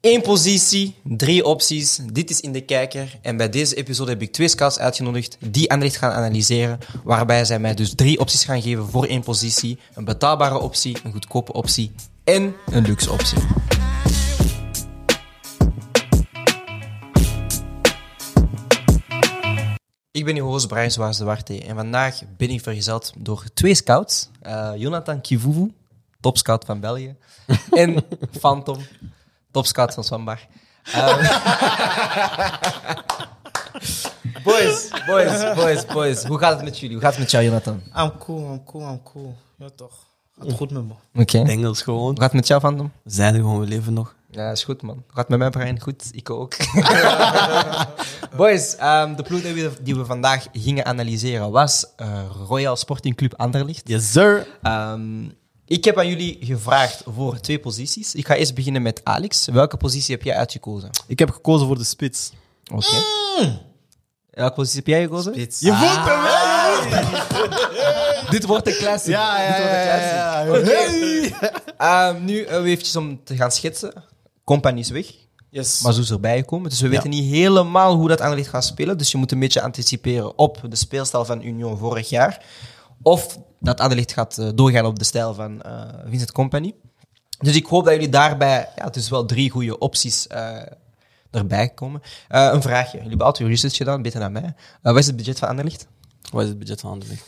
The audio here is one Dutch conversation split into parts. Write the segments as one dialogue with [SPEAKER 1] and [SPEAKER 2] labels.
[SPEAKER 1] Eén positie, drie opties. Dit is in de kijker. En bij deze episode heb ik twee scouts uitgenodigd die Anderlecht gaan analyseren. Waarbij zij mij dus drie opties gaan geven voor één positie. Een betaalbare optie, een goedkope optie en een luxe optie. Ik ben uw host Brian Zwaars de Warte en vandaag ben ik vergezeld door twee scouts. Eh, Jonathan Kivuvu, topscout van België, en Phantom, topscout van Zwambar. boys, boys, boys, boys. Hoe gaat het met jullie? Hoe gaat het met jou, Jonathan?
[SPEAKER 2] I'm cool, I'm cool, I'm cool. Ja toch. Gaat goed met me.
[SPEAKER 1] Oké. Hoe
[SPEAKER 3] Engels gewoon.
[SPEAKER 1] gaat het met jou, Phantom?
[SPEAKER 3] We zijn er gewoon, we leven nog.
[SPEAKER 1] Ja, is goed, man. Gaat met mij, Brian? Goed, ik ook. Boys, ehm, de ploeg die we, die we vandaag gingen analyseren was eh, Royal Sporting Club Anderlicht.
[SPEAKER 3] Yes, sir.
[SPEAKER 1] ik heb aan jullie gevraagd voor twee posities. Ik ga eerst beginnen met Alex. Welke positie heb jij uitgekozen?
[SPEAKER 3] Ik heb gekozen voor de spits.
[SPEAKER 1] Oké. Welke positie heb jij gekozen?
[SPEAKER 3] Je voelt hem, hè?
[SPEAKER 1] Dit wordt een classic. Dit wordt een classic. Ehm, nu eh, even eventjes om te gaan schetsen. Company is weg.
[SPEAKER 2] Yes.
[SPEAKER 1] Maar zo is erbij gekomen. Dus we weten niet helemaal hoe dat Anderlecht gaat spelen. Dus je moet een beetje anticiperen op de speelstijl van Union vorig jaar. Of dat Anderlecht gaat eh, doorgaan op de stijl van eh, Vincent Company. Dus ik hoop dat jullie daarbij... Ja, het is wel drie goede opties eh, erbij komen. Eh, een vraagje. Jullie hebben altijd uw research gedaan, beter dan mij. Eh, wat is het budget van Anderlecht?
[SPEAKER 3] Wat is het budget van Anderlecht?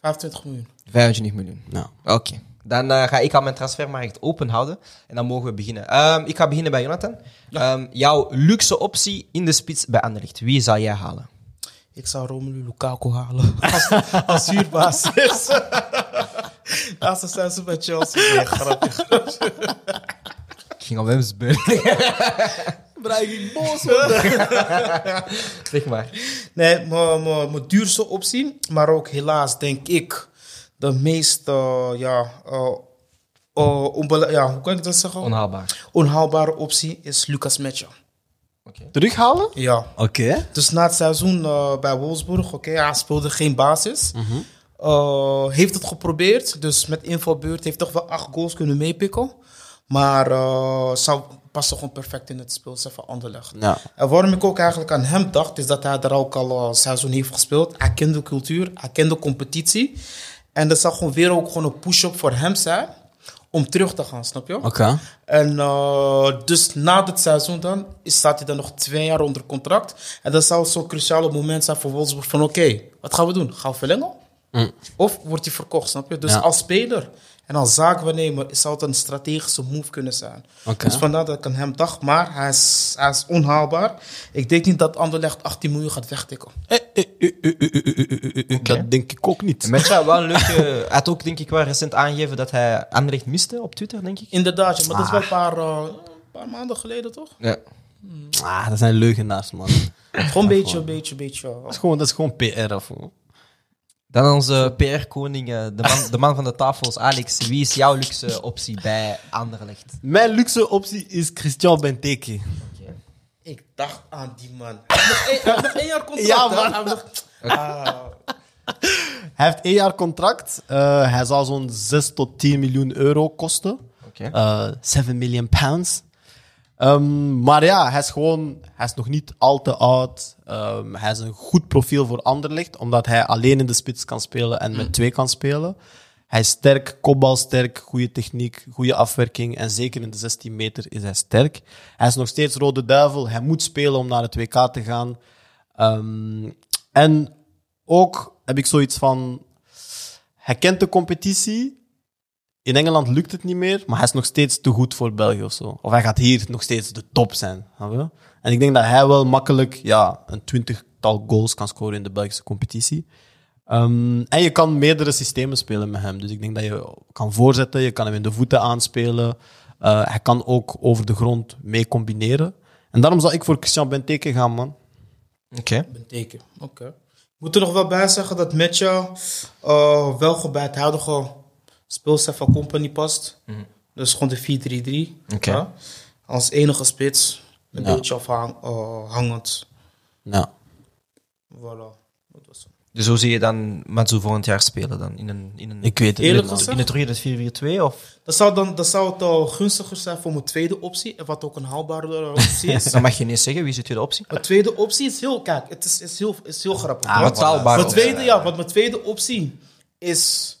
[SPEAKER 2] 25 miljoen.
[SPEAKER 1] 25 miljoen.
[SPEAKER 3] Nou,
[SPEAKER 1] Oké. Dan eh, ga ik al mijn transfermarkt open houden. En dan mogen we beginnen. Ehm, ik ga beginnen bij Jonathan. Ehm, jouw luxe optie in de spits bij Anderlecht. Wie zou jij halen?
[SPEAKER 2] Ik zou Romelu Lukaku halen. Als, als huurbasis. Als ze zijn ze bij Chelsea. Nee, grapje.
[SPEAKER 1] Ik ging al Wemsburg.
[SPEAKER 2] Breng ik boos
[SPEAKER 1] zeg maar.
[SPEAKER 2] Nee, mijn- mijn mijn duurste optie. Maar ook helaas denk ik de meest, eh, ja, eh, eh, onbele- ja, hoe kan ik dat zeggen?
[SPEAKER 1] Onhaalbaar.
[SPEAKER 2] Onhaalbare optie is Lucas Metja.
[SPEAKER 3] terughalen?
[SPEAKER 2] Ja.
[SPEAKER 3] Oké.
[SPEAKER 2] Dus na het seizoen eh, bij Wolfsburg, oké, hij speelde geen basis. Eh, heeft het geprobeerd, dus met invalbeurt heeft toch wel acht goals kunnen meepikken. Maar eh zou paste gewoon perfect in het speelset van Anderlecht.
[SPEAKER 3] Ja.
[SPEAKER 2] En waarom ik ook eigenlijk aan hem dacht, is dat hij er ook al eh, een seizoen heeft gespeeld. Hij kent de cultuur, hij kent de competitie. En dat zou gewoon weer ook gewoon een push-up voor hem zijn om terug te gaan, snap je?
[SPEAKER 3] Oké.
[SPEAKER 2] En eh, dus na dit seizoen dan is- staat hij dan nog twee jaar onder contract. En dat zou zo'n cruciale moment zijn voor Wolfsburg van oké, wat gaan we doen? Gaan we verlengen? Of wordt hij verkocht, snap je? Dus
[SPEAKER 3] Ja.
[SPEAKER 2] als speler en als zaakwaarnemer zou het een strategische move kunnen zijn.
[SPEAKER 3] Oké.
[SPEAKER 2] Dus vandaar dat ik aan hem dacht, maar hij is, hij is onhaalbaar. Ik denk niet dat Anderlecht 18 miljoen gaat wegtikken.
[SPEAKER 3] Eh, Dat denk ik ook niet.
[SPEAKER 1] Met jou wel een leuke... Hij had ook denk ik wel recent aangegeven dat hij Anderlecht miste op Twitter, denk ik.
[SPEAKER 2] Inderdaad, ja, maar dat is wel een paar, eh, een paar maanden geleden toch?
[SPEAKER 1] Ja.
[SPEAKER 3] Ah, dat zijn leugenaars, man. dat,
[SPEAKER 2] Gewoon een beetje, een beetje, een beetje. eh,
[SPEAKER 3] is gewoon, dat is gewoon PR of hoe?
[SPEAKER 1] Dan onze PR-koning, eh, de man, de man van de tafels, Alex. Wie is jouw luxe optie bij Anderlecht?
[SPEAKER 3] Mijn luxe optie is Christian Benteke.
[SPEAKER 2] Ik dacht aan die man. Hij heeft nog één- hij heeft nog één jaar contract.
[SPEAKER 3] Ja,
[SPEAKER 2] hè?
[SPEAKER 3] man.
[SPEAKER 2] Hij heeft nog- Ah,
[SPEAKER 3] Hij heeft één jaar contract. Eh, hij zal zo'n 6 tot 10 miljoen euro kosten.
[SPEAKER 1] Oké.
[SPEAKER 3] eh 7 million pounds. Ehm, maar ja, hij is gewoon, hij is nog niet al te oud. Ehm, hij is een goed profiel voor Anderlecht, omdat hij alleen in de spits kan spelen en met twee kan spelen. Hij is sterk, kopbalsterk, goede techniek, goede afwerking en zeker in de 16 meter is hij sterk. Hij is nog steeds rode duivel, hij moet spelen om naar het WK te gaan. Ehm, en ook heb ik zoiets van, hij kent de competitie, in Engeland lukt het niet meer, maar hij is nog steeds te goed voor België of zo. Of hij gaat hier nog steeds de top zijn. snap je? En ik denk dat hij wel makkelijk ja, een twintigtal goals kan scoren in de Belgische competitie. Ehm, en je kan meerdere systemen spelen met hem. Dus ik denk dat je kan voorzetten, je kan hem in de voeten aanspelen. Eh, hij kan ook over de grond mee combineren. En daarom zou ik voor Christian Benteke gaan, man.
[SPEAKER 1] Oké.
[SPEAKER 2] Benteken, oké. Ik moet er nog wel bij zeggen dat Matcha eh wel gewoon bij het huidige speelstijl van Company past.
[SPEAKER 3] Mhm.
[SPEAKER 2] Dus gewoon de 4-3-3.
[SPEAKER 1] Oké.
[SPEAKER 2] ja. Als enige spits. Een
[SPEAKER 3] Ja.
[SPEAKER 2] beetje afhang, eh, hangend.
[SPEAKER 3] Ja.
[SPEAKER 2] Voilà. Dat was hem.
[SPEAKER 1] Dus hoe zie je dan Matsu volgend jaar spelen dan? In een, in een,
[SPEAKER 3] Ik weet het
[SPEAKER 2] Eerlijk
[SPEAKER 3] niet, man.
[SPEAKER 2] gezegd-
[SPEAKER 1] in het 3 en het 4-4-2? Of?
[SPEAKER 2] Dat zou, dan, dat zou het al gunstiger zijn voor mijn tweede optie, en wat ook een haalbare optie is.
[SPEAKER 1] Dan mag je niet zeggen wie is de tweede optie.
[SPEAKER 2] Mijn tweede optie is heel, kijk, het is, is, heel, is heel grappig.
[SPEAKER 3] Ah,
[SPEAKER 2] hoor.
[SPEAKER 1] betaalbaar
[SPEAKER 2] Mijn
[SPEAKER 1] optie.
[SPEAKER 2] tweede, ja, want mijn tweede optie is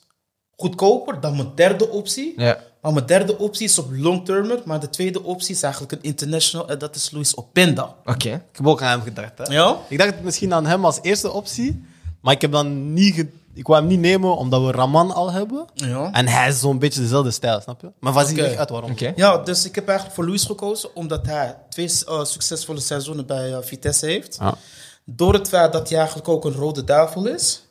[SPEAKER 2] goedkoper dan mijn derde optie.
[SPEAKER 1] Ja.
[SPEAKER 2] Maar mijn derde optie is op long-termer, maar de tweede optie is eigenlijk een international en dat is Luis Openda.
[SPEAKER 1] Oké.
[SPEAKER 3] Ik heb ook aan hem gedacht. Hè?
[SPEAKER 2] Ja?
[SPEAKER 3] Ik dacht misschien aan hem als eerste optie, maar ik heb dan niet. ge- Ik wou hem niet nemen omdat we Raman al hebben.
[SPEAKER 2] Ja.
[SPEAKER 3] En hij is zo'n beetje dezelfde stijl, snap je? Maar was hij
[SPEAKER 2] Oké.
[SPEAKER 3] leg uit waarom?
[SPEAKER 1] Oké.
[SPEAKER 2] Ja, dus ik heb eigenlijk voor Luis gekozen omdat hij twee eh, succesvolle seizoenen bij eh, Vitesse heeft.
[SPEAKER 3] Ja.
[SPEAKER 2] Door het feit dat hij eigenlijk ook een rode duivel is,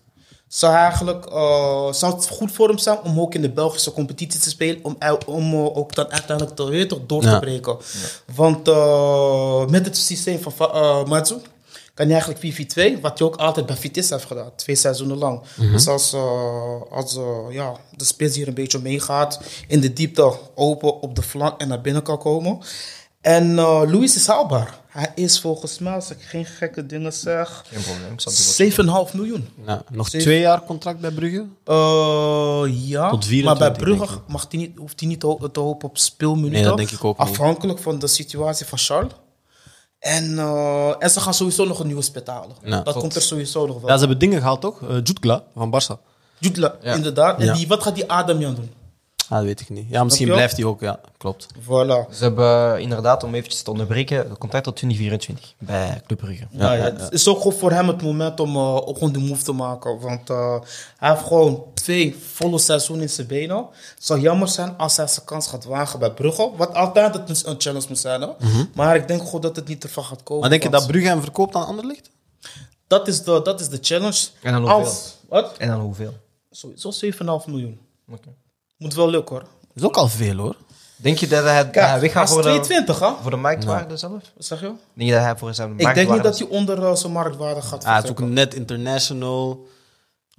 [SPEAKER 2] zou, hij eigenlijk, eh, zou het goed voor hem zijn om ook in de Belgische competitie te spelen. Om, el- om eh, ook dan uiteindelijk te, weet je toch, door
[SPEAKER 3] Ja.
[SPEAKER 2] te breken. Want eh, met het systeem van Va- eh Matsu kan hij eigenlijk 4-4-2, wat hij ook altijd bij Vitesse heeft gedaan, twee seizoenen lang. Dus als, eh, als eh, ja, de spits hier een beetje meegaat, in de diepte open op de flank en naar binnen kan komen. En eh Luis is haalbaar. Hij is volgens mij, als ik geen gekke dingen zeg,
[SPEAKER 1] Geen probleem. Ik zal het
[SPEAKER 2] 7,5 miljoen.
[SPEAKER 3] Ja, nog
[SPEAKER 2] Zeven-
[SPEAKER 3] twee jaar contract bij Brugge.
[SPEAKER 2] Eh, ja,
[SPEAKER 3] Tot
[SPEAKER 2] maar
[SPEAKER 3] 24,
[SPEAKER 2] bij
[SPEAKER 3] denk
[SPEAKER 2] Brugge
[SPEAKER 3] ik.
[SPEAKER 2] mag die niet, hoeft hij niet ho- te hopen op speelminuten.
[SPEAKER 3] Nee, dat denk ik ook niet.
[SPEAKER 2] Afhankelijk van de situatie van Charles. En, eh, en ze gaan sowieso nog een nieuwe spit halen.
[SPEAKER 3] Ja,
[SPEAKER 2] dat
[SPEAKER 3] tot-
[SPEAKER 2] komt er sowieso nog wel.
[SPEAKER 3] Ja, ze hebben dingen gehaald toch? Eh Jutgla van Barça.
[SPEAKER 2] Jutla, inderdaad. En
[SPEAKER 3] Ja.
[SPEAKER 2] die, wat gaat die Adamian doen?
[SPEAKER 3] Ah, dat weet ik niet. Ja, misschien
[SPEAKER 2] je wel?
[SPEAKER 3] blijft hij ook. Ja, klopt.
[SPEAKER 2] Voilà.
[SPEAKER 1] Ze hebben eh, inderdaad, om eventjes te onderbreken, contact tot 2024 bij Club Brugge.
[SPEAKER 2] nou, ja, Het is ook gewoon voor hem het moment om eh, ook gewoon de move te maken. Want eh, hij heeft gewoon twee volle seizoenen in zijn benen. Het zou jammer zijn als hij zijn kans gaat wagen bij Brugge. Wat altijd het een challenge moet zijn. hè. Maar ik denk gewoon dat het niet ervan gaat komen.
[SPEAKER 3] Mhm. Maar denk je
[SPEAKER 2] want-
[SPEAKER 3] dat Brugge hem verkoopt aan Anderlicht?
[SPEAKER 2] Dat is de, dat is de challenge.
[SPEAKER 1] En dan
[SPEAKER 2] Als, wat?
[SPEAKER 1] En dan hoeveel?
[SPEAKER 2] Sowieso 7,5 miljoen. Moet wel lukken hoor.
[SPEAKER 3] Dat is ook al veel hoor.
[SPEAKER 1] Denk je dat hij, dat hij
[SPEAKER 2] Kijk, hij
[SPEAKER 1] weggaat
[SPEAKER 2] is
[SPEAKER 1] voor de,
[SPEAKER 2] 22 hè?
[SPEAKER 1] voor de marktwaarde zelf?
[SPEAKER 2] Wat zeg je?
[SPEAKER 1] Denk je dat hij voor zijn
[SPEAKER 2] Ik denk niet
[SPEAKER 1] marktwaarde
[SPEAKER 2] dat hij onder eh, zijn marktwaarde gaat
[SPEAKER 3] Ah, het is ook
[SPEAKER 2] vertrekken.
[SPEAKER 3] een net international.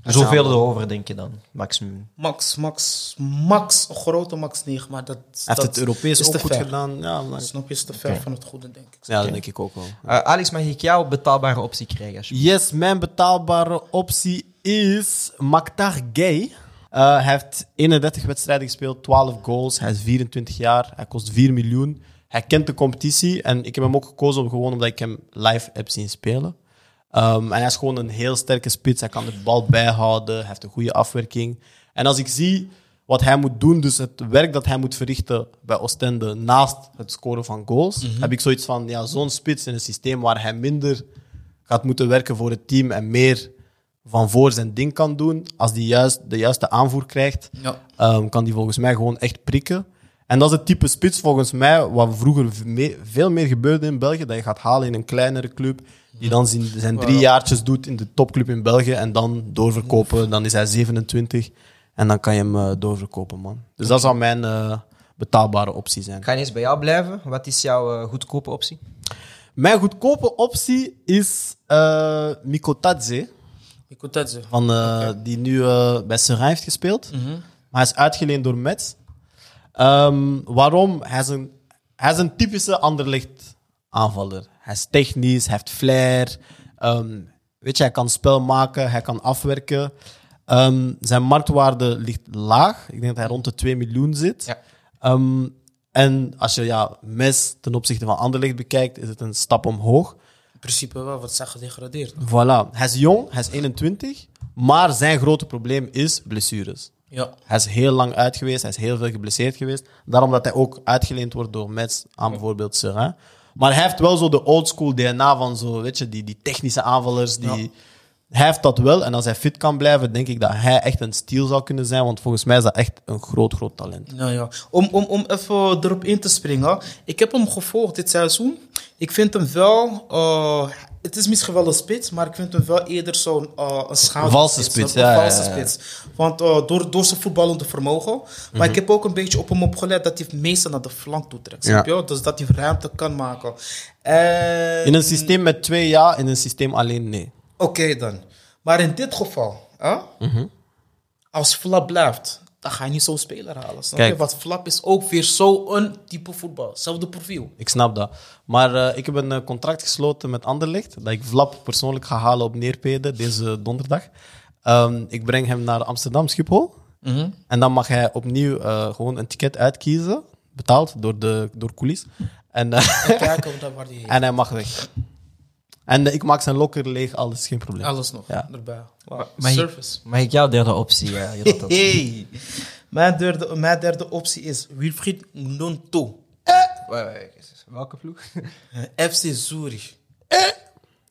[SPEAKER 1] Zoveel Dus erover, denk je dan, maximum.
[SPEAKER 2] Max, max, max, een grote max 9. Maar dat,
[SPEAKER 3] Hij
[SPEAKER 2] dat
[SPEAKER 3] heeft het Europees
[SPEAKER 2] is
[SPEAKER 3] ook
[SPEAKER 2] te
[SPEAKER 3] goed
[SPEAKER 2] ver.
[SPEAKER 3] gedaan. Ja, maar-
[SPEAKER 2] Snap je, is te ver van het goede denk ik.
[SPEAKER 3] ja, dat denk ik ook wel.
[SPEAKER 1] Eh, Alex, mag ik jouw betaalbare optie krijgen? alsjeblieft?
[SPEAKER 3] Yes, mijn betaalbare optie is Maktar Gay. Eh, hij heeft 31 wedstrijden gespeeld, 12 goals. Hij is 24 jaar, hij kost 4 miljoen. Hij kent de competitie en ik heb hem ook gekozen om, gewoon omdat ik hem live heb zien spelen. Ehm, en hij is gewoon een heel sterke spits. Hij kan de bal bijhouden, hij heeft een goede afwerking. En als ik zie wat hij moet doen, dus het werk dat hij moet verrichten bij Oostende naast het scoren van goals, heb ik zoiets van, ja, zo'n spits in een systeem waar hij minder gaat moeten werken voor het team en meer van voor zijn ding kan doen. Als die juist de juiste aanvoer krijgt,
[SPEAKER 2] Ja.
[SPEAKER 3] ehm, kan die volgens mij gewoon echt prikken. En dat is het type spits volgens mij wat vroeger v- me- veel meer gebeurde in België. Dat je gaat halen in een kleinere club, die dan zijn, zijn drie jaartjes doet in de topclub in België en dan doorverkopen. Dan is hij 27 en dan kan je hem eh, doorverkopen, man. Dus dat zou mijn eh, betaalbare optie zijn.
[SPEAKER 1] Ik ga eerst bij jou blijven. Wat is jouw eh, goedkope optie?
[SPEAKER 3] Mijn goedkope optie is eh Mikotadze.
[SPEAKER 2] Ik hoor dat ze.
[SPEAKER 3] van, eh, die nu eh, bij Seraing heeft gespeeld. Maar hij is uitgeleend door Metz. Ehm, waarom? Hij is een, hij is een typische anderlicht aanvaller. Hij is technisch, hij heeft flair. Ehm, weet je, hij kan spel maken, hij kan afwerken. Ehm, zijn marktwaarde ligt laag. Ik denk dat hij rond de 2 miljoen zit.
[SPEAKER 1] Ja.
[SPEAKER 3] Ehm, en als je ja, Mes ten opzichte van Anderlecht bekijkt, is het een stap omhoog.
[SPEAKER 2] In principe wel, wat zijn gedegradeerd.
[SPEAKER 3] Voilà. Hij is jong, hij is 21. Maar zijn grote probleem is blessures.
[SPEAKER 2] Ja.
[SPEAKER 3] Hij is heel lang uit geweest, hij is heel veel geblesseerd geweest. Daarom dat hij ook uitgeleend wordt door Mets aan bijvoorbeeld Seraing. Maar hij heeft wel zo de oldschool DNA van zo, weet je, die, die technische aanvallers. Die, Hij heeft dat wel en als hij fit kan blijven, denk ik dat hij echt een steal zou kunnen zijn. Want volgens mij is dat echt een groot, groot talent.
[SPEAKER 2] Nou ja, om, om, om even erop in te springen. Ik heb hem gevolgd dit seizoen. Ik vind hem wel... eh, het is misschien wel een spits, maar ik vind hem wel eerder zo'n eh een schaduw.
[SPEAKER 3] Valse spits,
[SPEAKER 2] een
[SPEAKER 3] ja,
[SPEAKER 2] valse
[SPEAKER 3] ja, ja.
[SPEAKER 2] spits. Want eh, door, door zijn voetballende vermogen. Maar
[SPEAKER 3] Mhm.
[SPEAKER 2] ik heb ook een beetje op hem opgelet dat hij het meestal naar de flank toe trekt. snap
[SPEAKER 3] Ja.
[SPEAKER 2] je? Dus dat hij ruimte kan maken. En...
[SPEAKER 3] In een systeem met twee ja, in een systeem alleen nee. Mhm.
[SPEAKER 2] Oké dan. Maar in dit geval, hè? als Flap blijft, dan ga je niet zo'n speler halen. Snap
[SPEAKER 3] Kijk.
[SPEAKER 2] je? Want Flap is ook weer zo'n type voetbal. Hetzelfde profiel.
[SPEAKER 3] Ik snap dat. Maar eh, ik heb een eh, contract gesloten met Anderlecht. Dat ik Vlap persoonlijk ga halen op Neerpede deze donderdag. Ehm, ik breng hem naar Amsterdam Schiphol. En dan mag hij opnieuw eh, gewoon een ticket uitkiezen. Betaald door, de, door coolies. En, eh,
[SPEAKER 2] Kijken of dat waar die
[SPEAKER 3] en hij mag weg. En eh, ik maak zijn lokker leeg, alles geen probleem.
[SPEAKER 2] Alles nog
[SPEAKER 3] Ja.
[SPEAKER 2] erbij.
[SPEAKER 1] Mag ik-
[SPEAKER 2] Service.
[SPEAKER 1] Mag ik jouw derde optie, eh, Jonathan?
[SPEAKER 2] Hey. Mijn, derde, mijn derde optie is Wilfried Nonto.
[SPEAKER 1] Wacht, wacht, wacht. Welke ploeg?
[SPEAKER 2] FC Zurich.
[SPEAKER 3] Eh?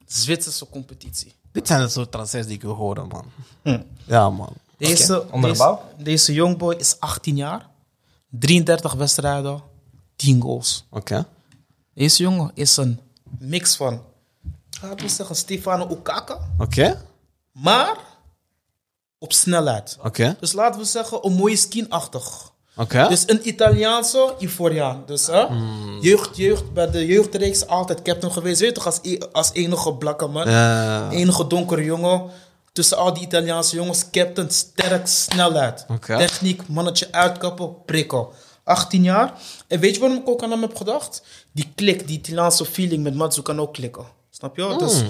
[SPEAKER 2] Zwitserse competitie.
[SPEAKER 3] Dit zijn de soort transfers die ik wil horen, man. Hm. Ja, man.
[SPEAKER 2] Deze,
[SPEAKER 1] Oké, onderbouw.
[SPEAKER 2] deze, deze jongboy is 18 jaar. 33 wedstrijden. 10 goals.
[SPEAKER 3] Oké.
[SPEAKER 2] Deze jongen is een mix van... Laten we zeggen Stefano Okaka.
[SPEAKER 3] Oké.
[SPEAKER 2] Maar op snelheid.
[SPEAKER 3] Oké.
[SPEAKER 2] Dus laten we zeggen een mooie skinachtig.
[SPEAKER 3] Oké.
[SPEAKER 2] Dus een Italiaanse Ivoriaan. Dus hè? jeugd, jeugd, bij de jeugdreeks altijd captain geweest. Weet je toch, als, e- als enige blakke man.
[SPEAKER 3] Ja.
[SPEAKER 2] Ah. Enige donkere jongen. Tussen al die Italiaanse jongens, captain, sterk, snelheid.
[SPEAKER 3] Oké.
[SPEAKER 2] Techniek, mannetje uitkappen, prikkel. 18 jaar. En weet je waarom ik ook aan hem heb gedacht? Die klik, die Italiaanse feeling met Matsu kan ook klikken. Snap je? Dus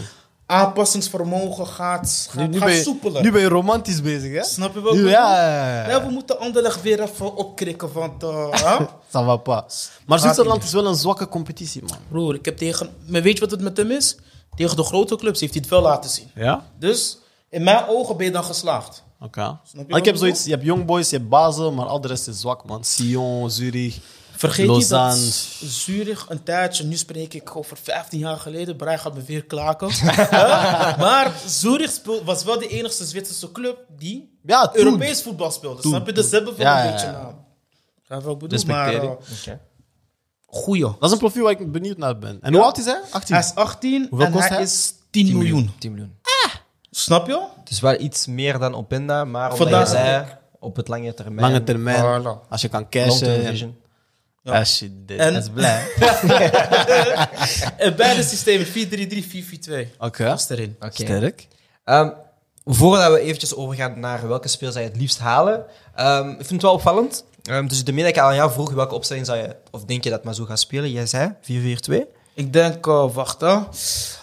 [SPEAKER 2] aanpassingsvermogen gaat, gaat, gaat soepeler.
[SPEAKER 3] Hmm. nu ben je romantisch bezig, hè?
[SPEAKER 2] Snap je wel?
[SPEAKER 3] Nu- ja, ja, ja, ja.
[SPEAKER 2] we moeten Anderlecht weer even opkrikken, want... eh, hè?
[SPEAKER 3] Ça va pas. Maar Zwitserland is wel een zwakke competitie, man.
[SPEAKER 2] Broer, ik heb tegen... Maar weet je wat het met hem is? Tegen de grote clubs heeft hij het wel laten zien.
[SPEAKER 3] Ja?
[SPEAKER 2] Dus in mijn ogen ben je dan geslaagd.
[SPEAKER 3] Oké.
[SPEAKER 2] je
[SPEAKER 3] Maar Ik
[SPEAKER 2] wat
[SPEAKER 3] heb
[SPEAKER 2] ik
[SPEAKER 3] zoiets, je hebt Young Boys, je hebt Basel, maar al de rest is zwak, man. Sion, Zurich,
[SPEAKER 2] Vergeet niet dat
[SPEAKER 3] Lausanne.
[SPEAKER 2] Zurich een tijdje... Nu spreek ik over 15 jaar geleden. Brian gaat me weer klaken. Huh? maar Zurich speel- was wel de enige Zwitserse club die
[SPEAKER 3] Ja, toen.
[SPEAKER 2] Europees voetbal speelde.
[SPEAKER 3] Toen,
[SPEAKER 2] snap je? Dus ze hebben wel
[SPEAKER 3] Ja, ja,
[SPEAKER 2] een beetje
[SPEAKER 3] ja.
[SPEAKER 2] naam. Snap je wat ik bedoel? Maar,
[SPEAKER 3] Respecteer ik.
[SPEAKER 2] eh, goeie.
[SPEAKER 3] Dat is een profiel waar ik benieuwd naar ben. En hoe oud is hij? 18?
[SPEAKER 2] Hij is 18
[SPEAKER 3] Hoeveel
[SPEAKER 2] en
[SPEAKER 3] kost
[SPEAKER 2] hij,
[SPEAKER 3] hij?
[SPEAKER 2] is 10, miljoen.
[SPEAKER 1] 10 miljoen.
[SPEAKER 2] Snap je?
[SPEAKER 1] Het is wel iets meer dan Openda, maar omdat
[SPEAKER 2] Vandaar
[SPEAKER 1] je zei, op het lange termijn.
[SPEAKER 3] Lange termijn. eh,
[SPEAKER 2] Voilà.
[SPEAKER 3] Als je kan
[SPEAKER 1] Long-term
[SPEAKER 3] cashen. en-
[SPEAKER 1] vision.
[SPEAKER 3] Ah, shit, dit.
[SPEAKER 2] En-
[SPEAKER 3] Dat is blij.
[SPEAKER 2] En beide systemen, 4-3-3, 4-4-2.
[SPEAKER 3] Oké.
[SPEAKER 2] Dat is erin.
[SPEAKER 1] Oké.
[SPEAKER 3] Sterk.
[SPEAKER 1] Ehm, voordat we eventjes overgaan naar welke speel zij het liefst halen. ehm, ik vind het wel opvallend. Ehm, dus de middag ik al aan jou vroeg welke opstelling zou je, of denk je dat maar zo gaat spelen? Jij zei 4-4-2.
[SPEAKER 2] Ik denk, eh, wacht hè.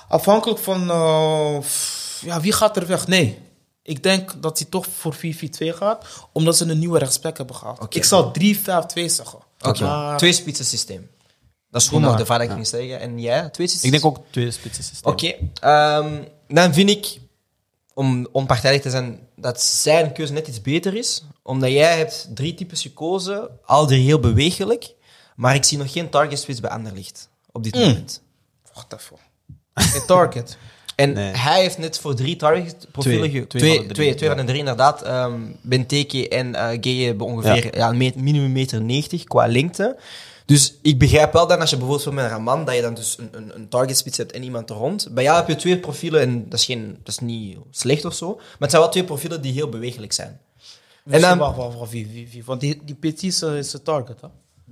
[SPEAKER 2] Afhankelijk van, eh, f- ja, wie gaat er weg? Nee. Ik denk dat hij toch voor 4-4-2 gaat, omdat ze een nieuwe rechtsback hebben gehad.
[SPEAKER 1] Oké.
[SPEAKER 2] Ik zou 3-5-2 zeggen.
[SPEAKER 1] Oké.
[SPEAKER 2] Maar-
[SPEAKER 1] Twee spitsen systeem. Dat is gewoon
[SPEAKER 2] Doe
[SPEAKER 1] nog
[SPEAKER 2] maar.
[SPEAKER 1] de vader ik ging zeggen. En jij, twee spitsen
[SPEAKER 3] Ik denk ook twee spitsen systeem.
[SPEAKER 1] Oké. ehm, dan vind ik, om onpartijdig te zijn, dat zijn keuze net iets beter is. Omdat jij hebt drie types gekozen, al drie heel bewegelijk. Maar ik zie nog geen target spits bij Anderlicht op dit moment.
[SPEAKER 2] Wacht even. Geen target.
[SPEAKER 1] En
[SPEAKER 3] Nee.
[SPEAKER 1] hij heeft net voor drie target profielen
[SPEAKER 3] Twee.
[SPEAKER 1] ge-
[SPEAKER 3] Twee
[SPEAKER 1] twee,
[SPEAKER 3] van de drie,
[SPEAKER 1] twee, twee
[SPEAKER 3] ja.
[SPEAKER 1] van de drie inderdaad. Ehm Benteke en eh Gueye hebben ongeveer ja. een me- minimum meter 90 qua lengte. Dus ik begrijp wel dat als je bijvoorbeeld met een Raman, dat je dan dus een, een, een target spits hebt en iemand er rond. Bij jou heb je twee profielen en dat is, geen, dat is niet slecht of zo. Maar het zijn wel twee profielen die heel bewegelijk zijn. En
[SPEAKER 2] Wacht,
[SPEAKER 1] dan
[SPEAKER 2] wacht, wacht, wacht, wie, wie, wie? Want die, die Petit is, eh, is de target, hè?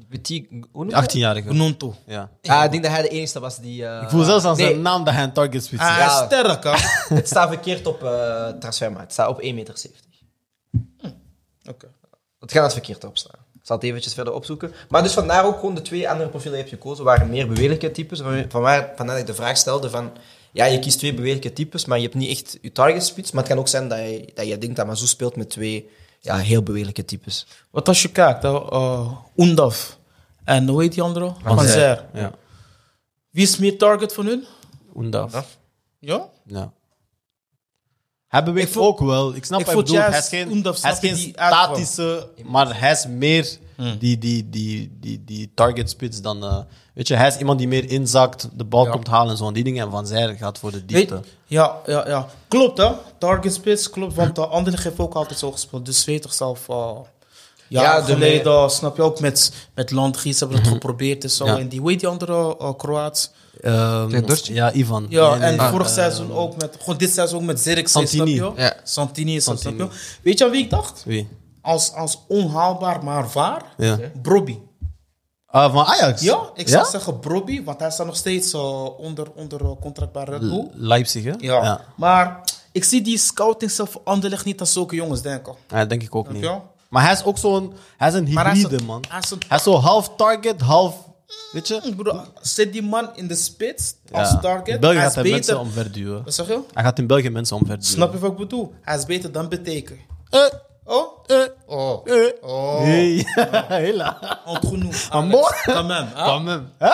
[SPEAKER 1] Petit, hoe noem je dat?
[SPEAKER 3] 18-jarige.
[SPEAKER 2] Gnonto.
[SPEAKER 3] Ja.
[SPEAKER 1] Ah, ik denk dat hij de enige was die... eh,
[SPEAKER 3] Ik voel zelfs aan
[SPEAKER 1] nee,
[SPEAKER 3] zijn naam dat hij een target spits is.
[SPEAKER 2] Ah, Hij is
[SPEAKER 1] Ja.
[SPEAKER 2] sterk, hè? Oké.
[SPEAKER 1] Het staat verkeerd op eh transfermarkt. Het staat op 1,70 meter. Het gaat het verkeerd opstaan. Ik zal het eventjes verder opzoeken. Maar dus vandaar ook gewoon de twee andere profielen die je hebt gekozen, waren meer bewegelijke types. Van- Vanwaar, vandaar dat ik de vraag stelde van, ja, je kiest twee bewegelijke types, maar je hebt niet echt je target spits. Maar het kan ook zijn dat je, dat je denkt dat Mazou speelt met twee ja, heel bewegelijke types.
[SPEAKER 2] Want als je kijkt, hè, eh Oendaf en hoe heet die andere? Panzer.
[SPEAKER 3] Ja.
[SPEAKER 2] Wie is meer target van hun?
[SPEAKER 3] Oendaf.
[SPEAKER 2] Ja?
[SPEAKER 3] Ja. Hij beweegt
[SPEAKER 2] Ik voel-
[SPEAKER 3] ook wel. Ik snap
[SPEAKER 2] ik
[SPEAKER 3] wat
[SPEAKER 2] voel
[SPEAKER 3] je bedoelt. Hij is
[SPEAKER 2] juist
[SPEAKER 3] geen,
[SPEAKER 2] Oendaf,
[SPEAKER 3] hij is
[SPEAKER 2] snap je,
[SPEAKER 3] geen
[SPEAKER 2] die Hmm. uitkwam.
[SPEAKER 3] statische, maar hij is meer die, die, die, die, die target spits dan... eh, weet je, hij is iemand die meer inzakt, de bal komt halen en zo'n die dingen. En Van Zijl gaat voor de diepte.
[SPEAKER 2] Weet- ja, ja, ja. Klopt, hè? Target spits, klopt. Want de anderen heeft ook altijd zo gespeeld. Dus weet toch zelf. eh ja,
[SPEAKER 1] Ja, de-
[SPEAKER 2] geleden, snap je ook, met, met Landgies hebben we het geprobeerd en zo.
[SPEAKER 3] Mhm. Ja.
[SPEAKER 2] En die, hoe heet die andere eh, Kroaat?
[SPEAKER 3] Ehm,
[SPEAKER 1] Tegen Dortje?
[SPEAKER 3] ja, Ivan.
[SPEAKER 2] Ja,
[SPEAKER 3] Nee, nee,
[SPEAKER 2] en
[SPEAKER 3] nee.
[SPEAKER 2] vorig seizoen ook met, gewoon dit seizoen ook met Zirk.
[SPEAKER 3] Santini.
[SPEAKER 2] Snap je?
[SPEAKER 1] Ja.
[SPEAKER 2] Santini is dat, snap je?
[SPEAKER 3] Santini.
[SPEAKER 2] Weet je aan wie ik dacht?
[SPEAKER 3] Wie?
[SPEAKER 2] Als, als onhaalbaar, maar waar?
[SPEAKER 3] Ja.
[SPEAKER 2] Brobby.
[SPEAKER 3] Ah, van Ajax?
[SPEAKER 2] Ja, ik zou zeggen Brobby, want hij staat nog steeds eh, onder, onder eh, contract bij Red Bull.
[SPEAKER 3] Leipzig, hè?
[SPEAKER 2] Ja. Maar ik zie die scouting zelf voor Anderlecht niet als zulke jongens denken.
[SPEAKER 3] Ja, dat denk ik ook
[SPEAKER 2] Snap
[SPEAKER 3] niet.
[SPEAKER 2] je?
[SPEAKER 3] Maar hij is ook zo'n... Hij is een
[SPEAKER 2] Maar hij is
[SPEAKER 3] hybride,
[SPEAKER 2] een-
[SPEAKER 3] man.
[SPEAKER 2] hij is een-
[SPEAKER 3] Hij is zo half target, half... Weet je?
[SPEAKER 2] Ik bedoel, zet die man in de spits
[SPEAKER 3] Ja.
[SPEAKER 2] als target.
[SPEAKER 3] In België
[SPEAKER 2] hij
[SPEAKER 3] gaat
[SPEAKER 2] is
[SPEAKER 3] hij
[SPEAKER 2] beter.
[SPEAKER 3] mensen omverduwen.
[SPEAKER 2] Wat zeg je?
[SPEAKER 3] Hij gaat in België mensen omverduwen.
[SPEAKER 2] Snap je wat ik bedoel? Hij is beter dan Beteken.
[SPEAKER 3] Eh,
[SPEAKER 2] Oh?
[SPEAKER 3] eh,
[SPEAKER 2] Oh.
[SPEAKER 3] eh.
[SPEAKER 2] Oh.
[SPEAKER 3] Hey. Hela.
[SPEAKER 2] Ont genoeg.
[SPEAKER 3] Ah, mooi.
[SPEAKER 2] Kan hem. hè?
[SPEAKER 3] Van hem. Hè?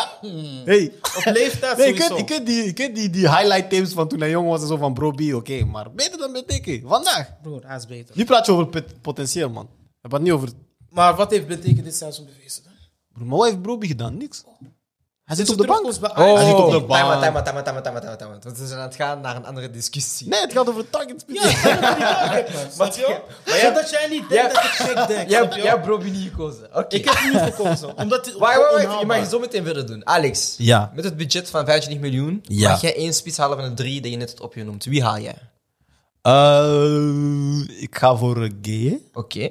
[SPEAKER 3] Hey.
[SPEAKER 2] Hmm. Op leeftijd
[SPEAKER 3] Nee, ik
[SPEAKER 2] sowieso.
[SPEAKER 3] ken, ik ken die, ik ken die, die highlight tapes van toen hij jong was en zo van bro, B, oké. maar beter dan Benteke. Vandaag.
[SPEAKER 2] Broer, hij is beter.
[SPEAKER 3] Nu praat je over pot- potentieel, man. We hebben het niet over...
[SPEAKER 2] Maar wat heeft Beteken dit seizoen bewezen? dan?
[SPEAKER 3] Bro, maar wat heeft Broby gedaan? Niks. Hij zit
[SPEAKER 2] Zijn
[SPEAKER 3] op de bank.
[SPEAKER 2] terugkomst bij
[SPEAKER 1] Oh,
[SPEAKER 2] Ajax.
[SPEAKER 3] Hij zit op de
[SPEAKER 1] time out,
[SPEAKER 3] bank.
[SPEAKER 1] time out, time out, time out, time out, time out, time out. Want we zijn aan het gaan naar een andere discussie.
[SPEAKER 3] Nee, het gaat over target
[SPEAKER 2] Ja, ik ben het niet eigenlijk, man. Snap je? Zodat jij niet denkt dat ik gek denk.
[SPEAKER 1] Jij
[SPEAKER 2] snap je?
[SPEAKER 1] jij hebt Broby niet gekozen. Oké.
[SPEAKER 2] Ik heb hem niet gekozen. Omdat het
[SPEAKER 1] Wacht, wacht, wacht. Je mag
[SPEAKER 2] onhaalbaar
[SPEAKER 1] het zo meteen verder doen. Alex,
[SPEAKER 3] Ja.
[SPEAKER 1] met het budget van 25 miljoen,
[SPEAKER 3] Ja.
[SPEAKER 1] mag jij één spits halen van de drie die je net hebt opgenoemd. Wie haal jij?
[SPEAKER 3] Eh, ik ga voor eh, Gueye.
[SPEAKER 1] Oké.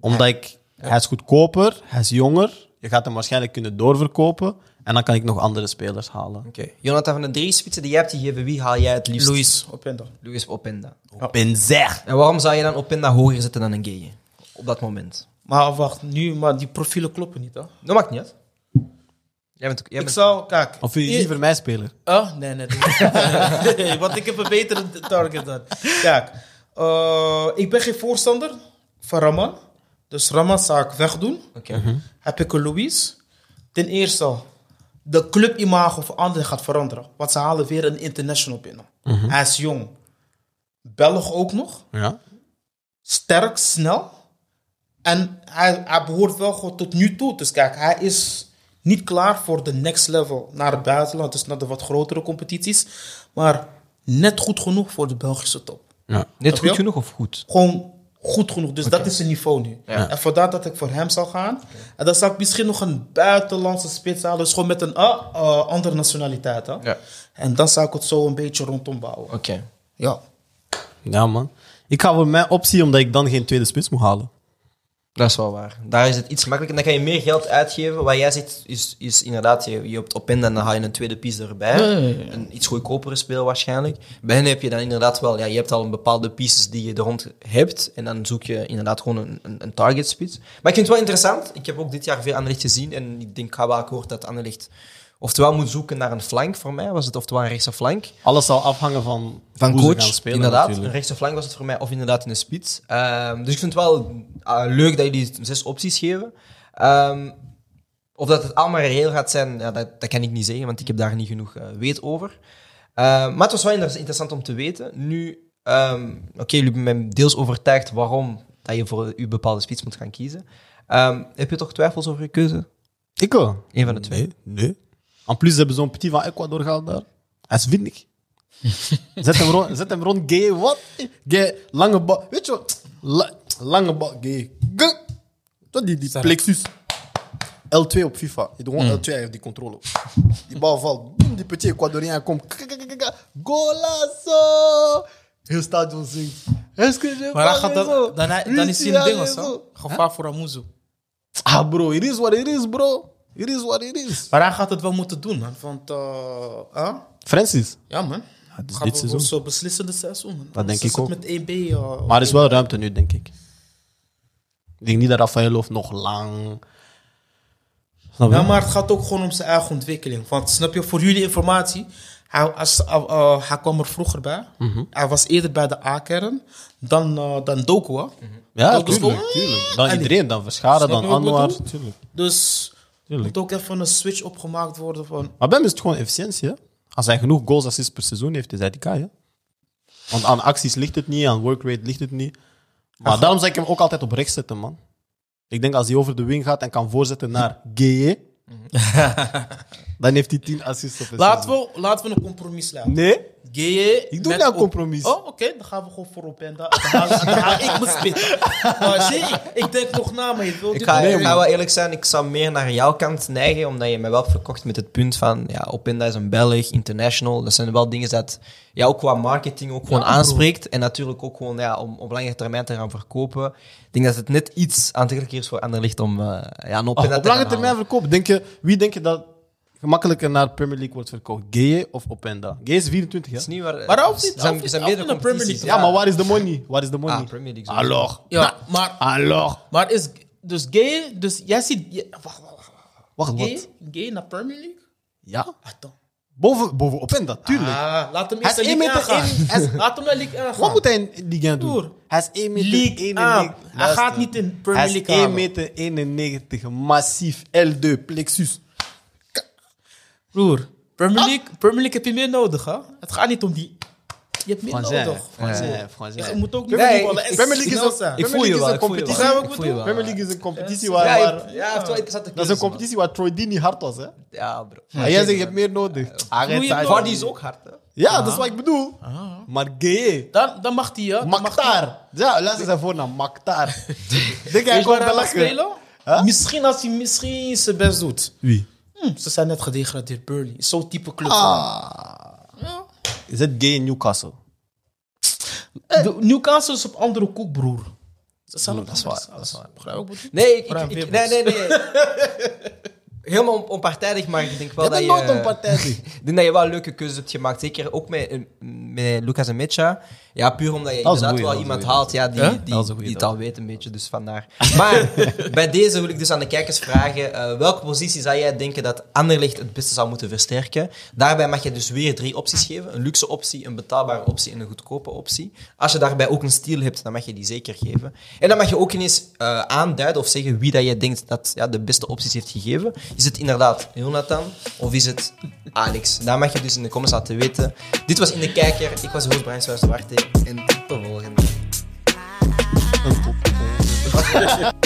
[SPEAKER 3] Omdat ik... Hij is goedkoper, hij is jonger. Je gaat hem waarschijnlijk kunnen doorverkopen. En dan kan ik nog andere spelers halen.
[SPEAKER 1] Oké. Jonathan, van de drie spitsen die jij hebt gegeven, wie haal jij het liefst?
[SPEAKER 2] Louis, op en dan.
[SPEAKER 1] Louis Openda.
[SPEAKER 3] Benzer.
[SPEAKER 1] En waarom zou je dan Openda hoger zetten dan een Geye? Op dat moment.
[SPEAKER 2] Maar wacht, nu, maar die profielen kloppen niet, hè?
[SPEAKER 1] Dat maakt niet uit. Jij bent, jij
[SPEAKER 2] Ik
[SPEAKER 1] bent-
[SPEAKER 2] zou, kijk.
[SPEAKER 3] Of wil je
[SPEAKER 2] i-
[SPEAKER 3] liever mij spelen?
[SPEAKER 2] Oh, nee, nee. nee. Nee, Want ik heb een betere target dan. Kijk, eh, ik ben geen voorstander van Raman. Dus Raman zou ik wegdoen.
[SPEAKER 1] Oké.
[SPEAKER 2] Heb ik een Louis. Ten eerste, de clubimago van Anderen gaat veranderen. Want ze halen weer een international binnen.
[SPEAKER 3] Mhm.
[SPEAKER 2] Hij is jong. Belg ook nog.
[SPEAKER 3] Ja.
[SPEAKER 2] sterk, snel. En hij, hij behoort wel gewoon tot nu toe. Dus kijk, hij is niet klaar voor de next level naar het buitenland. Dus naar de wat grotere competities. Maar net goed genoeg voor de Belgische top.
[SPEAKER 3] ja.
[SPEAKER 1] Net
[SPEAKER 2] je?
[SPEAKER 1] goed genoeg of goed?
[SPEAKER 2] Gewoon goed genoeg. Dus dat is zijn niveau nu.
[SPEAKER 1] Ja.
[SPEAKER 2] En vandaar dat ik voor hem zou gaan. En dan zou ik misschien nog een buitenlandse spits halen. Dus gewoon met een ah, eh, andere nationaliteit. Hè?
[SPEAKER 1] Ja.
[SPEAKER 2] En dan zou ik het zo een beetje rondom bouwen.
[SPEAKER 1] Oké.
[SPEAKER 2] Ja.
[SPEAKER 3] Ja, man. Ik ga voor mijn optie omdat ik dan geen tweede spits moet halen.
[SPEAKER 1] Dat is wel waar. Daar is het iets makkelijker. Dan kan je meer geld uitgeven. Wat jij zegt is, is inderdaad, je, je hebt Openda en dan haal je een tweede piece erbij. Een iets goedkopere speel waarschijnlijk. Bij hen heb je dan inderdaad wel, ja, je hebt al een bepaalde pieces die je er rond hebt. En dan zoek je inderdaad gewoon een, een, een target spits. Maar ik vind het wel interessant. Ik heb ook dit jaar veel Anderlecht gezien. En ik denk, ik ga wel akkoord dat Anderlecht oftewel moet zoeken naar een flank voor mij. Was het oftewel een rechtse flank
[SPEAKER 3] Alles zal afhangen van, hoe ze gaan spelen.
[SPEAKER 1] inderdaad. Een
[SPEAKER 3] natuurlijk.
[SPEAKER 1] rechtse flank was het voor mij, of inderdaad in de spits. Ehm, dus ik vind het wel eh, leuk dat jullie zes opties geven. Ehm, of dat het allemaal reëel gaat zijn, ja, dat, dat kan ik niet zeggen, want ik heb daar niet genoeg eh, weet over. Ehm, maar het was wel inter- interessant om te weten. Nu, ehm, oké, jullie hebben mij deels overtuigd waarom dat je voor uw bepaalde spits moet gaan kiezen. Ehm, heb je toch twijfels over je keuze?
[SPEAKER 3] Ik wel.
[SPEAKER 1] Eén van de twee.
[SPEAKER 3] Nee, nee. En plus, ze hebben zo'n petit van Ecuador gehaald daar. Hij is windig. zet, hem rond, zet hem rond, gay. Wat? Gay, lange bal. Weet je wat? La- lange bal, gay. Guh. Tot die, die plexus. L2 op FIFA. Je doet
[SPEAKER 2] Mm.
[SPEAKER 3] gewoon L2, hij heeft die controle. Die bal valt. Boem, die petit Ecuadorien, hij komt. Kakakakaka. Golazo! Heel stadion zingt. Est-ce que je
[SPEAKER 2] Maar dan,
[SPEAKER 3] parle
[SPEAKER 2] gaat
[SPEAKER 3] zo?
[SPEAKER 2] dat, dan, dan is hij een
[SPEAKER 3] Lucia
[SPEAKER 2] ding, hoor.
[SPEAKER 3] zo.
[SPEAKER 2] Gevaar voor Amuzu.
[SPEAKER 3] Ah, bro, it is what it is, bro. It is what it is.
[SPEAKER 2] Maar hij gaat het wel moeten doen, man. Want, eh, hè?
[SPEAKER 3] Francis.
[SPEAKER 2] ja, man.
[SPEAKER 3] het is
[SPEAKER 2] Gaat
[SPEAKER 3] dit
[SPEAKER 2] wel
[SPEAKER 3] seizoen.
[SPEAKER 2] Zo'n beslissende seizoen. man.
[SPEAKER 3] Dat denk
[SPEAKER 2] Ze
[SPEAKER 3] ik
[SPEAKER 2] zit
[SPEAKER 3] ook.
[SPEAKER 2] met 1B. eh,
[SPEAKER 3] Maar er is wel ruimte nu, denk ik. Ik denk niet dat Rafael of nog lang. Snap je?
[SPEAKER 2] ja, maar het gaat ook gewoon om zijn eigen ontwikkeling. Want snap je, voor jullie informatie. Hij, als, eh, eh, hij kwam er vroeger bij.
[SPEAKER 3] Mhm.
[SPEAKER 2] Hij was eerder bij de A-kern dan, eh, dan Doku. hè.
[SPEAKER 3] ja
[SPEAKER 2] dat is
[SPEAKER 3] tuurlijk,
[SPEAKER 2] toch-
[SPEAKER 3] tuurlijk. Dan
[SPEAKER 2] En die-
[SPEAKER 3] iedereen, dan Verscharen,
[SPEAKER 2] Snap
[SPEAKER 3] dan
[SPEAKER 2] je wat ik
[SPEAKER 3] Anwar.
[SPEAKER 2] bedoel?
[SPEAKER 3] Tuurlijk.
[SPEAKER 2] Dus er
[SPEAKER 3] Tuurlijk.
[SPEAKER 2] moet ook even een switch opgemaakt worden van...
[SPEAKER 3] Maar bij hem is het gewoon efficiëntie. Hè? Als hij genoeg goals assists per seizoen heeft, is hij die guy. Hè? Want aan acties ligt het niet, aan workrate ligt het niet. Maar daarom zou ik hem ook altijd op rechts zetten, man. Ik denk als hij over de wing gaat en kan voorzetten naar GE, dan heeft hij 10 assists op een
[SPEAKER 2] Mhm. Laten
[SPEAKER 3] seizoen.
[SPEAKER 2] we, laten we een compromis sluiten.
[SPEAKER 3] Nee,
[SPEAKER 2] Gay.
[SPEAKER 3] ik doe
[SPEAKER 2] met
[SPEAKER 3] niet aan
[SPEAKER 2] op-
[SPEAKER 3] compromis.
[SPEAKER 2] Oh, oké, dan gaan we gewoon voor Openda. Dan haal, dan haal ik mijn spit. Maar zie, ik, ik denk nog na, maar je wilt
[SPEAKER 1] Ik
[SPEAKER 2] dit
[SPEAKER 1] ga,
[SPEAKER 2] niet.
[SPEAKER 1] ik ga wel eerlijk zijn, ik zou meer naar jouw kant neigen, omdat je mij wel hebt verkocht met het punt van, ja, Openda is een Belg, international. Dat zijn wel dingen dat ja, ook qua marketing ook gewoon aanspreekt. En natuurlijk ook gewoon ja, om op langere termijn te gaan verkopen. Ik denk dat het net iets aantrekkelijker is voor Anderlicht om eh ja, een Openda
[SPEAKER 3] Oh, op
[SPEAKER 1] te
[SPEAKER 3] lange
[SPEAKER 1] gaan halen.
[SPEAKER 3] termijn verkopen. Denk je, wie denk je dat gemakkelijker naar de Premier League wordt verkocht? Gueye of Openda? Gueye is 24, hè?
[SPEAKER 1] is niet waar.
[SPEAKER 2] Maar Alfie-
[SPEAKER 1] er zijn,
[SPEAKER 2] Alfie-
[SPEAKER 1] er zijn
[SPEAKER 2] Alfie
[SPEAKER 1] meerdere
[SPEAKER 2] in de Premier
[SPEAKER 1] competities.
[SPEAKER 2] League.
[SPEAKER 3] Ja, maar waar is de money? Waar is de money?
[SPEAKER 1] Ah, Premier League. sowieso.
[SPEAKER 3] Alors.
[SPEAKER 2] Ja, maar,
[SPEAKER 3] Alors.
[SPEAKER 2] maar is... Dus gay... Dus jij ziet... je- wacht, wacht, wacht.
[SPEAKER 3] Wacht, wat?
[SPEAKER 2] Gay, gay naar Premier League?
[SPEAKER 3] Ja?
[SPEAKER 1] Ah,
[SPEAKER 2] Attends.
[SPEAKER 3] Boven, boven Openda, tuurlijk.
[SPEAKER 2] Ah, laat hem
[SPEAKER 3] Hij
[SPEAKER 2] eerst
[SPEAKER 3] is
[SPEAKER 2] de
[SPEAKER 3] 1
[SPEAKER 2] Ligue 1
[SPEAKER 3] meter
[SPEAKER 2] gaan.
[SPEAKER 3] 1. hij is-
[SPEAKER 2] Laat hem naar Ligue 1
[SPEAKER 3] Wat
[SPEAKER 2] gaan.
[SPEAKER 3] moet hij in Ligue 1 doen?
[SPEAKER 2] Broer.
[SPEAKER 3] Hij is 1 meter
[SPEAKER 2] League
[SPEAKER 3] 91.
[SPEAKER 2] aan. Hij
[SPEAKER 3] Luister.
[SPEAKER 2] gaat niet in Premier
[SPEAKER 3] Hij is
[SPEAKER 2] League halen.
[SPEAKER 3] 1 meter 91, massief, L2, plexus.
[SPEAKER 2] Broer,
[SPEAKER 1] Ah.
[SPEAKER 2] Premier League, Premier League heb je meer nodig, hè? Het gaat niet om die... Je hebt meer
[SPEAKER 3] Franzijn,
[SPEAKER 2] nodig.
[SPEAKER 3] Franzijn,
[SPEAKER 2] Je
[SPEAKER 3] Franzijn.
[SPEAKER 2] moet ook niet...
[SPEAKER 1] Nee,
[SPEAKER 2] voetballen
[SPEAKER 1] ik-
[SPEAKER 2] en
[SPEAKER 3] Premier League is
[SPEAKER 2] snel
[SPEAKER 3] een-
[SPEAKER 2] zijn.
[SPEAKER 1] Ik voel
[SPEAKER 3] Premier
[SPEAKER 1] je wel.
[SPEAKER 3] League is een
[SPEAKER 1] ik voel je
[SPEAKER 3] competitie.
[SPEAKER 1] wel.
[SPEAKER 2] Zou
[SPEAKER 1] Ik
[SPEAKER 2] ik
[SPEAKER 1] voel
[SPEAKER 2] moeten
[SPEAKER 1] je wel.
[SPEAKER 3] Premier League is een competitie
[SPEAKER 1] Ja,
[SPEAKER 3] waar...
[SPEAKER 1] je-
[SPEAKER 3] waar-
[SPEAKER 1] ja, heeft wel interessante
[SPEAKER 3] dat is een
[SPEAKER 1] keuzes,
[SPEAKER 3] competitie waar Troy Deeney hard was, hè?
[SPEAKER 1] man. Ja, bro.
[SPEAKER 3] En jij zegt, je hebt meer nodig.
[SPEAKER 2] Doe je
[SPEAKER 3] Arrête,
[SPEAKER 2] nog?
[SPEAKER 1] Vardy is ook hard, hè?
[SPEAKER 3] Ja, dat is wat ik bedoel. Maar Gueye,
[SPEAKER 2] Dan, dan mag hij, hè? Dan mag hij.
[SPEAKER 3] Maktar. Ja, luister zijn voornaam, Maktar. Denk jij
[SPEAKER 2] Weet je waar
[SPEAKER 3] gewoon
[SPEAKER 2] hij
[SPEAKER 3] te
[SPEAKER 2] mag
[SPEAKER 3] lachen?
[SPEAKER 2] spelen? Misschien als hij misschien zijn best doet.
[SPEAKER 3] Wie?
[SPEAKER 2] Hm, ze zijn net gedegradeerd, Burnley. Zo'n type club.
[SPEAKER 3] Ah,
[SPEAKER 2] Ja.
[SPEAKER 3] Is het Gueye in Newcastle?
[SPEAKER 2] De Newcastle is op andere koek, broer. Ze zijn op
[SPEAKER 3] eh. dat is
[SPEAKER 2] andere
[SPEAKER 3] waar, dat is
[SPEAKER 2] saus.
[SPEAKER 3] waar.
[SPEAKER 2] Begrijp je wat ik bedoel?
[SPEAKER 1] Nee, ik, ik-
[SPEAKER 2] Bruin
[SPEAKER 1] ik-
[SPEAKER 2] wibbels.
[SPEAKER 1] nee, nee, nee. Helemaal on- onpartijdig, maar ik denk wel
[SPEAKER 3] Je
[SPEAKER 1] dat
[SPEAKER 3] bent
[SPEAKER 1] je...
[SPEAKER 3] nooit onpartijdig.
[SPEAKER 1] Ik denk dat je wel leuke keuzes hebt gemaakt. Zeker ook met, met Lucas en Mecha. Ja, puur omdat je
[SPEAKER 3] Dat
[SPEAKER 1] inderdaad
[SPEAKER 3] is een goeie, dat is
[SPEAKER 1] wel
[SPEAKER 3] een
[SPEAKER 1] iemand
[SPEAKER 3] goeie,
[SPEAKER 1] haalt ja, die,
[SPEAKER 3] Ja?
[SPEAKER 1] die,
[SPEAKER 3] Dat is
[SPEAKER 1] die
[SPEAKER 3] een goeie,
[SPEAKER 1] het
[SPEAKER 3] dat
[SPEAKER 1] al weet een beetje. Dus vandaar. Maar bij deze wil ik dus aan de kijkers vragen. eh, welke positie zou jij denken dat Anderlecht het beste zou moeten versterken? Daarbij mag je dus weer drie opties geven. Een luxe optie, een betaalbare optie en een goedkope optie. Als je daarbij ook een steal hebt, dan mag je die zeker geven. En dan mag je ook ineens eh, aanduiden of zeggen wie dat jij denkt dat ja, de beste opties heeft gegeven. Is het inderdaad Jonathan of is het Alex? Daar mag je dus in de comments laten weten. Dit was In de Kijker. Ik was de host Brian Suijs Duarte. En tot de volgende.